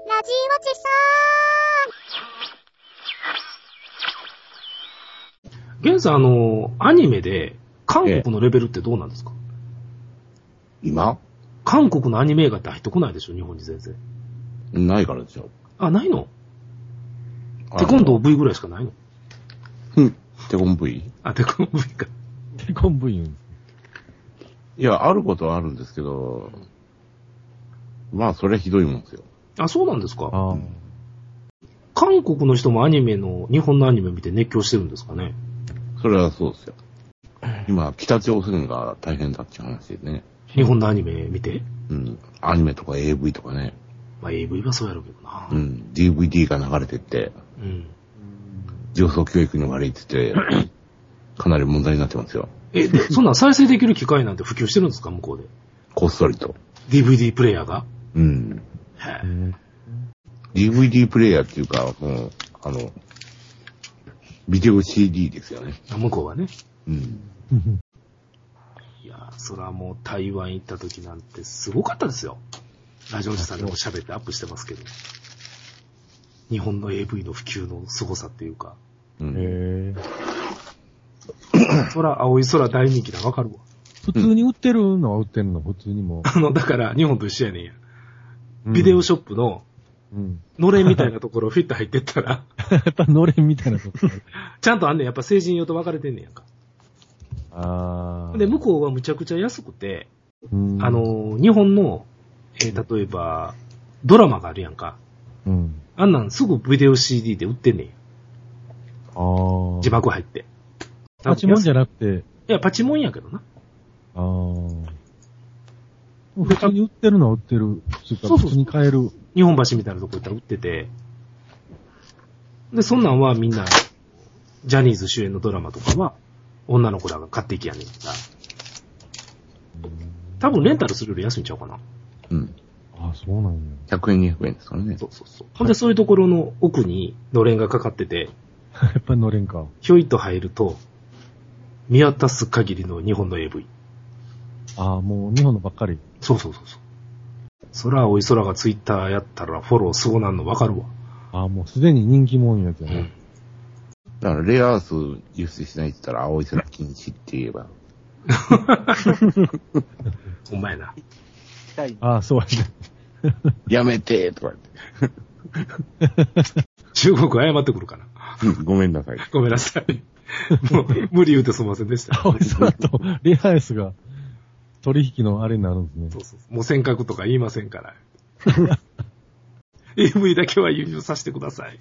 ちそゲンさん、あの、アニメで、韓国のレベルってどうなんですか今韓国のアニメ映画って入ってこないでしょ、日本に全然。ないからでしょ。あ、ないのテコンドー V ぐらいしかないのうん。テコン V? あ、テコンドー V か。テコンブイン。いや、あることはあるんですけど、まあ、それはひどいもんですよ。あ、そうなんですか。ああ。韓国の人もアニメの、日本のアニメ見て熱狂してるんですかね。それはそうですよ。今、北朝鮮が大変だっていう話でね。日本のアニメ見て。うん。アニメとか AV とかね。まあ AV はそうやろうけどなう。ん。DVD が流れてって、うん。上層教育に悪いって言 って、かなり問題になってますよ。え、 でそんなん再生できる機械なんて普及してるんですか、向こうで。こっそりと。 DVD プレイヤーが。うん。へえうん DVD プレイヤーっていうか、もう、あの、ビデオ CD ですよね。あ向こうはね。うん。いやー、そらもう台湾行った時なんてすごかったですよ。ラジオおじさんでも喋ってアップしてますけど。日本の AV の普及の凄さっていうか。うんへえ。そら、青い空大人気だ、わかるわ。普通に売ってるのは売ってるの、普通にも。あの、だから、日本と一緒やねんや。ビデオショップの、うん。のれんみたいなところをフィット入ってったら、 やっぱのれんみたいなとこちゃんとあんねん。やっぱ成人用と分かれてんねんやんか。ああ。で、向こうはむちゃくちゃ安くて、うん、あ、の、日本の、えー例えば、ドラマがあるやんか。うん。あんなんすぐビデオ CD で売ってんねんや。ああ。字幕入って。パチモンじゃゃなくて、いや、パチモンやけどな。ああ。普通に売ってるのは売ってる。そうそう普通に買える。日本橋みたいなとこ行ったら売ってて。で、そんなんはみんな、ジャニーズ主演のドラマとかは、女の子らが買っていきやねんから。多分レンタルするより安いんちゃうかな。うん。ああ、そうなんや。 100円、200円ですからね。そうそうそう。ほんで、そういうところの奥にのれんがかかってて、 やっぱりのれんか。ひょいと入ると、見渡す限りの日本の AV。ああ、もう日本のばっかり。そうそうそうそう。空青い空がツイッターやったらフォローそうなんのわかるわ。ああ、もうすでに人気もんやつうやねん。だから、レアアース輸出しないって言ったら、青い空禁止って言えば。ほんまやな。たい。ああ、そうやね。 やめてーとか中国謝ってくるかな。言 って。ごめんなさい。ごめんなさい。もう、無理言うてすみませんでした。そ青い空とレアアイスが取引のあれになるんですね。うそうそうもう尖閣とか言いませんから。AV だけは輸入させてください。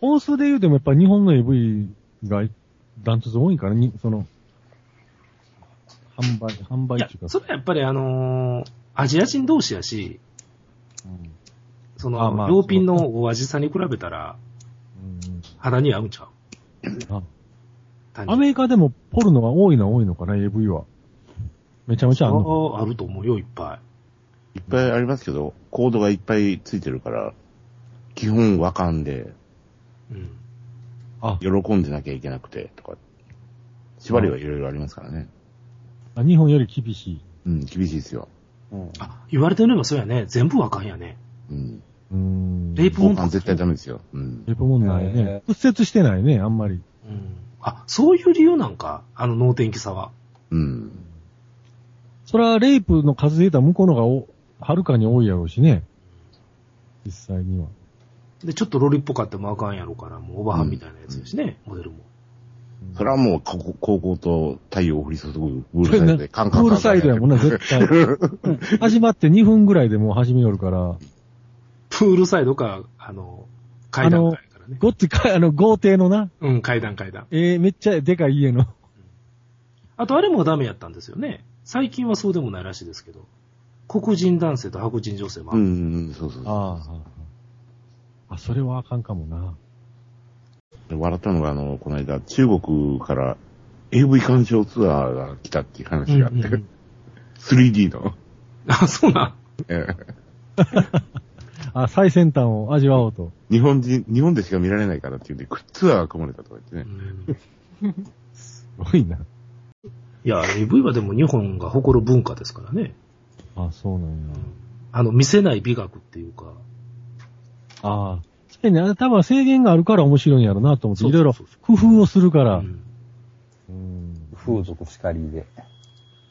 本数で言うてもやっぱ日本の AV がダントツ多いんから、にその、販売、販売いやっていう、か。それはやっぱりあのーアジア人同士やし、うんそあの、まあ両ピンのお味さに比べたら、うん肌に合うんちゃうあ単アメリカでもポルノが多いのは多いのかな、AV は。めちゃめちゃあんの。ああ、あると思うよ、いっぱいっぱいありますけど、コードがいっぱいついてるから、基本わかんで、い。うん。あ喜んでなきゃいけなくて、とか。縛りはいろいろありますからね。あ、日本より厳しい。うん、厳しいですよ。あ、言われてみればそうやね。全部あかんやね。うん。うーん。レイプも交換絶対ダメですよ。うん。レイプもんないね。屈折してないね、あんまり。うん。あ、そういう理由なんか、あの脳天気さは。うん。それはレイプの数で言ったら向こうのがおはるかに多いやろうしね。実際には。で、ちょっとロリっぽかってもあかんやろから、もうオバハンみたいなやつですね、モデルも。それはもう、ここ高校と太陽を降り 注ぐブブルーサイドで、カンカンカンカン。ールサイドやもんな、絶対。 始まって2分ぐらいでもう始めよるから、プールサイドか、あの、階段階からね。ごっつか、あの、豪邸のな、うん、階段階段。えー、めっちゃでかい家の。あと、あれもダメやったんですよね。最近はそうでもないらしいですけど。黒人男性と白人女性もあうる、ん、うん、そうそうそう。ああ。あ、それはあかんかもな。笑ったのが、あの、この間、中国から AV 鑑賞ツアーが来たっていう話があって、うんうんうん 3D の。 あ、そうなん。ええあ、最先端を味わおうと。日本人、日本でしか見られないからっていうんで、くツアーが組まれたとか言ってねう。んすごいな。いや、AV はでも日本が誇る文化ですからね。あ、そうなんや。あの、見せない美学っていうか、ああ。そうやね。あれ多分制限があるから面白いんやろなと思って、そういそろういそうろ工夫をするから。うんうん。風俗しかりで。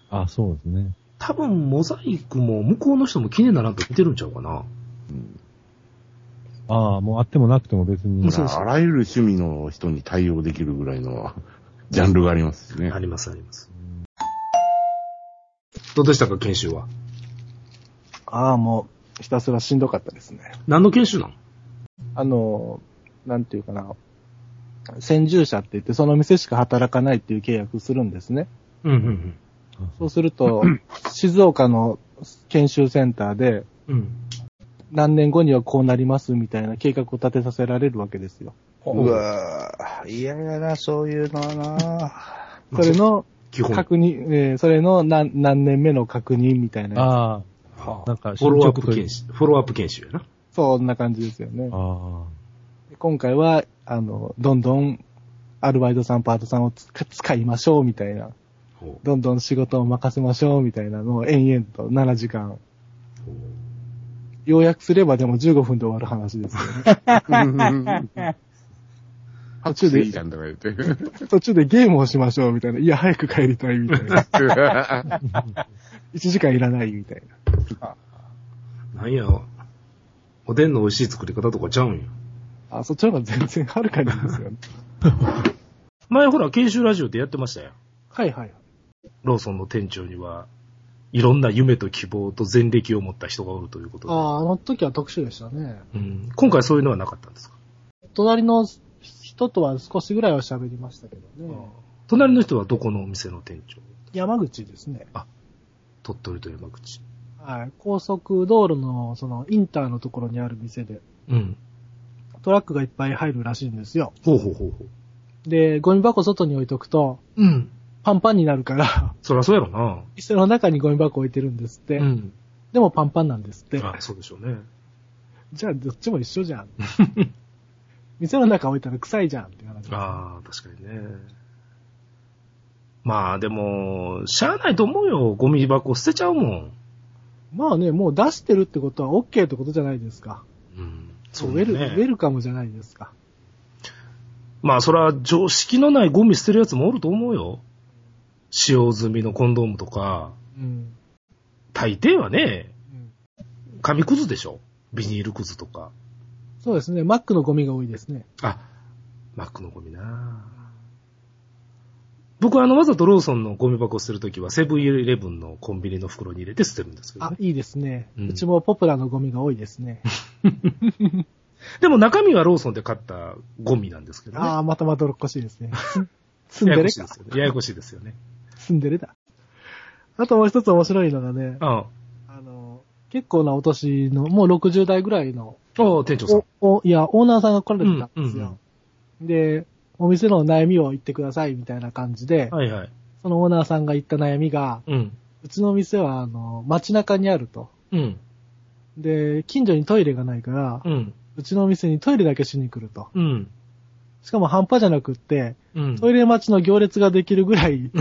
あそうですね。多分、モザイクも向こうの人も気にならんと見てるんちゃうかな。うんああ、もうあってもなくても別に。うそうそうあらゆる趣味の人に対応できるぐらいのジャンルがありますしねあ。ります、あります。どうでしたか、研修は。ああ、もう、ひたすらしんどかったですね。何の研修なんあの、なんていうかな、先住者って言って、その店しか働かないっていう契約するんですね。うんうんそうすると、静岡の研修センターで、うん。うん。何年後にはこうなりますみたいな計画を立てさせられるわけですよ。うわぁ、嫌やな、そういうのはなそれの基本。確認、えーそれの何何年目の確認みたいな。ああ。なんフか、ォローアップ進捗という研修。フォローアップ研修やな。そんな感じですよね。あ今回は、あの、どんどんアルバイトさん、パートさんをつ使いましょうみたいな。ほうどんどん仕事を任せましょうみたいなのを延々と7時間。ほう要約すればでも15分で終わる話ですよ ね。途中いいでじ、ゃんとか言って。途中でゲームをしましょうみたいな。いや、早く帰りたいみたい な。1時間いらないみたいな。なんや、おでんの美味しい作り方とかちゃうんや。あ、そっちの方が全然はるかにいいですよね。前ほら、研修ラジオでやってましたよ。 はいはい。ローソンの店長には、いろんな夢と希望と前歴を持った人がおるということで。ああ、あの時は特殊でしたね。うん、今回そういうのはなかったんですか隣の人とは少しぐらいは喋りましたけどね。隣の人はどこのお店の店長山口ですね。鳥取と山口。はい。高速道路の、その、インターのところにある店で、うん。トラックがいっぱい入るらしいんですよ。ほうほうほうほう。で、ゴミ箱外に置いとくと、うん。パンパンになるから、 そりゃそうやろな。店の中にゴミ箱置いてるんですって。うん。でもパンパンなんですって。あそうでしょうね。じゃあ、どっちも一緒じゃん。 店の中置いたら臭いじゃんって話。ああ、確かにね。まあでも、しゃあないと思うよ。ゴミ箱捨てちゃうもん。まあね、もう出してるってことは OK ってことじゃないですか。うん。ウだェルウェルカムじゃないですか。まあそら常識のないゴミ捨てるやつもおると思うよ。使用済みのコンドームとか、うん。大抵はね、うん紙くずでしょ。ビニールくずとか。そうですね。マックのゴミが多いですね。あ、マックのゴミな僕はあのわざとローソンのゴミ箱捨てるときはセブンイレブンのコンビニの袋に入れて捨てるんですけどあね、。いいですね。うんうちもポプラのゴミが多いで すね。でも中身はローソンで買ったゴミなんですけどね。ああ、またまどろっこしいで すね。ツンややデこレしいでか。すよね。ややこしいですよね。ツンデレだ。あともう一つ面白いのがね、ああの、結構なお年の、もう60代ぐらいの、あ、お店長さん。おおいや、オーナーさんが来られてたんですうんうんよ。で、お店の悩みを言ってくださいみたいな感じで、はいはい。そのオーナーさんが言った悩みが、うん。うちの店は、あの、街中にあると。うん。で、近所にトイレがないから、うん。うちの店にトイレだけしに来ると。うん。しかも半端じゃなくって、うん。トイレ待ちの行列ができるぐら い、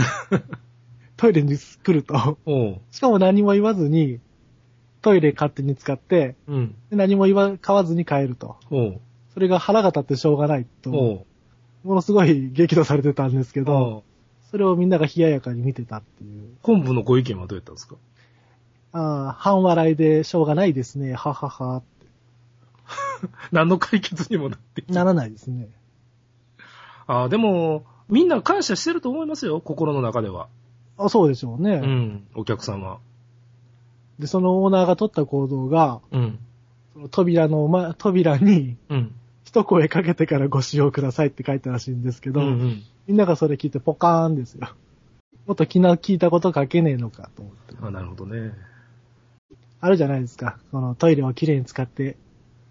トイレに来ると。おう。しかも何も言わずに、トイレ勝手に使って、うん。で何も言わ、買わずに帰ると。おう。それが腹が立ってしょうがないと、もおう。のすごい激怒されてたんですけど、おうそれをみんなが冷ややかに見てたっていう。本部のご意見はどうやったんですかああ、半笑いでしょうがないですね、ははは。何の解決にもなって。ならないですね。ああ、でも、みんな感謝してると思いますよ、心の中では。あそうでしょうね、うん、お客様。で、そのオーナーが取った行動が、うん、その扉の、ま、扉に、うん。一声かけてからご使用くださいって書いたらしいんですけうど、ん、うん。みんながそれ聞いてポカーンですよ。 もっと気な聞いたこと書けねえのかと思って。あなるほどね。あるじゃないですか。このトイレをきれいに使って、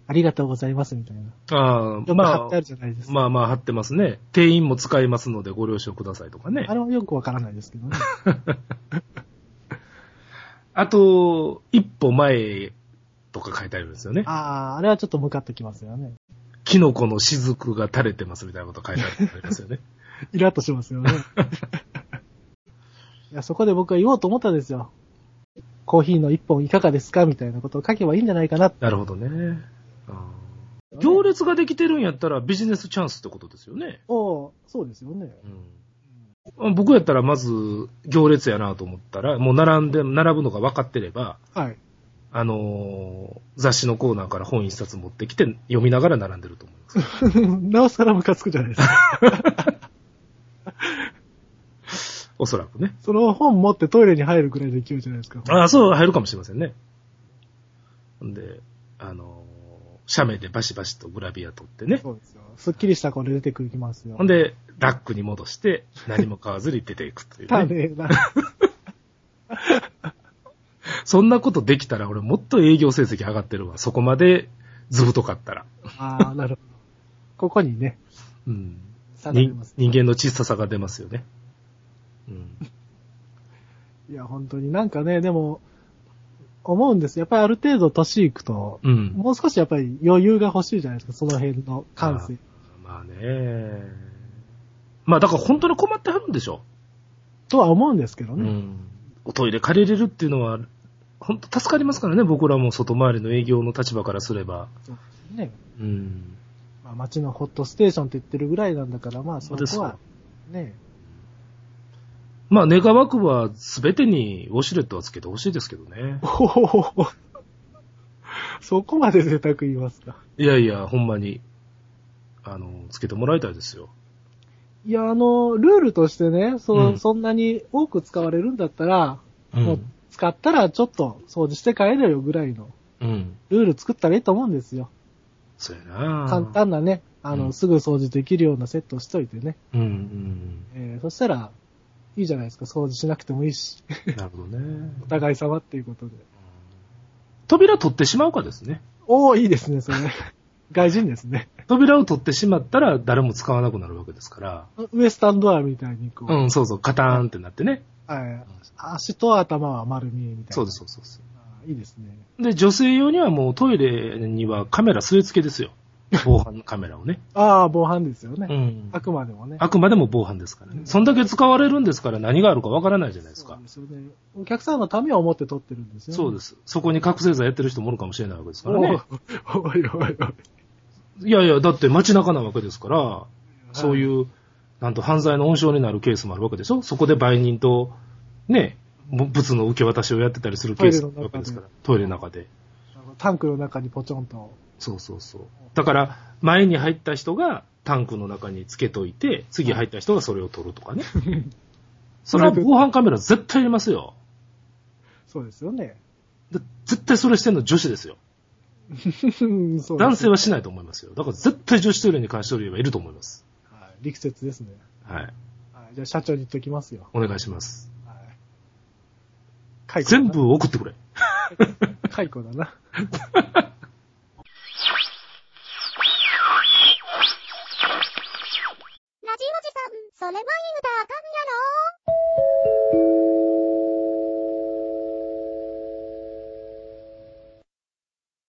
ありがとうございますみたいな。ああ、よく貼まってあある、じゃないですか。まあまあ、貼ってますね。店員も使えますのでご了承くださいとかね あ、。れはよくわからないですけどね。あと、一歩前とか書いてあるんですよね。ああ、あれはちょっと向かってきますよね。キノコの雫が垂れてますみたいなこと書いてあるんですよね。イラッとしますよ ね。いやそこで僕は言おうと思ったんですよ。コーヒーの一本いかがですかみたいなことを書けばいいんじゃないかなって。なるほどね。あ行列ができてるんやったらビジネスチャンスってことですよね。おうそうですよね。うん、僕やったらまず行列やなと思ったら、もう並んで、並ぶのが分かってれば、はい。 あのー雑誌のコーナーから本一冊持ってきて読みながら並んでると思います。なおさらムカつくじゃないですか。おそらくね。その本持ってトイレに入るくらいの勢いじゃないですか。ああ、そう入るかもしれませんね。ほんで、あのー写メでバシバシとグラビア撮ってね。そうですよ。すっきりした顔で出てくるきますよ。ほんで、ラックに戻して、何も買わずに出ていくといた う、ね。ねな。そんなことできたら俺もっと営業成績上がってるわ。そこまでずぶとかったら。ああ、なるほど。ここにね、うん。定め人ます。人間の小ささが出ますよね。うん。いや、本当になんかね、でも、思うんです。やっぱりある程度年いくと、うん。もう少しやっぱり余裕が欲しいじゃないですか、その辺の感性。まあね。まあだから本当に困ってはるんでしょ。とは思うんですけどうね。ん。おトイレ借りれるっていうのは、本当助かりますからね、僕らも外回りの営業の立場からすれば。ね。うん。まあ、街のホットステーションって言ってるぐらいなんだから、まあ、そそうですこはよ、ね。 まあ、願わくは全てにウォシュレットはつけてほしいですけどね。ほほほほそこまで贅沢言いますか。いやいや、ほんまに、あの、つけてもらいたいですよ。いや、あの、ルールとしてね、そ,、ううんそんなに多く使われるんだったら、うもう。使ったらちょっと掃除して帰れよぐらいのうん。ルール作ったらいいと思うんですよ。そうやな簡。単なね、あの、うんすぐ掃除できるようなセットをしといてね。うんうんえーそしたら、いいじゃないですか、掃除しなくてもいいし、 うん。なるほどね。お互い様っていうことで。扉取ってしまうかですね。おー、いいですね、そ れ。外人ですね。扉を取ってしまったら誰も使わなくなるわけですから。ウエスタンドアみたいにこう、うん、そうそう、カターンってなってね。はい足と頭は丸見えみたいな。そうです、そうですそうです。あーいいですね。で、女性用にはもうトイレにはカメラ据え付け ですよ。防犯カメラをね。ああ、防犯ですよね。うん。あくまでもね。あくまでも防犯ですからね。そんだけ使われるんですから何があるかわからないじゃないですそうか。ですよね。お客さんのためを思って撮ってるんですよ、ね。。そうですす。そこに覚醒剤やってる人もおるかもしれないわけですからね。おおいおい おい。いやいや、だって街中なわけですから、そういう、なんと犯罪の温床になるケースもあるわけでしょそこで売人と、ね、物の受け渡しをやってたりするケースもあるわけですから、トイレの中で。あのタンクの中にポチョンと。そうそうそう。だから、前に入った人がタンクの中につけといて、次入った人がそれを取ると かね。それは防犯カメラ絶対いりますよ。そうです よね。で絶対それしてんの女子ですよ。男男性はしないと思いますよ。だから絶対女子トイレに関しておればいると思います。はい、力説ですね。はい。はい、じゃあ社長に言っときますよ。お願いします。はい解雇だな全部送ってくれ。解雇だな。ラジオジさん、それは言うたらあかんやろ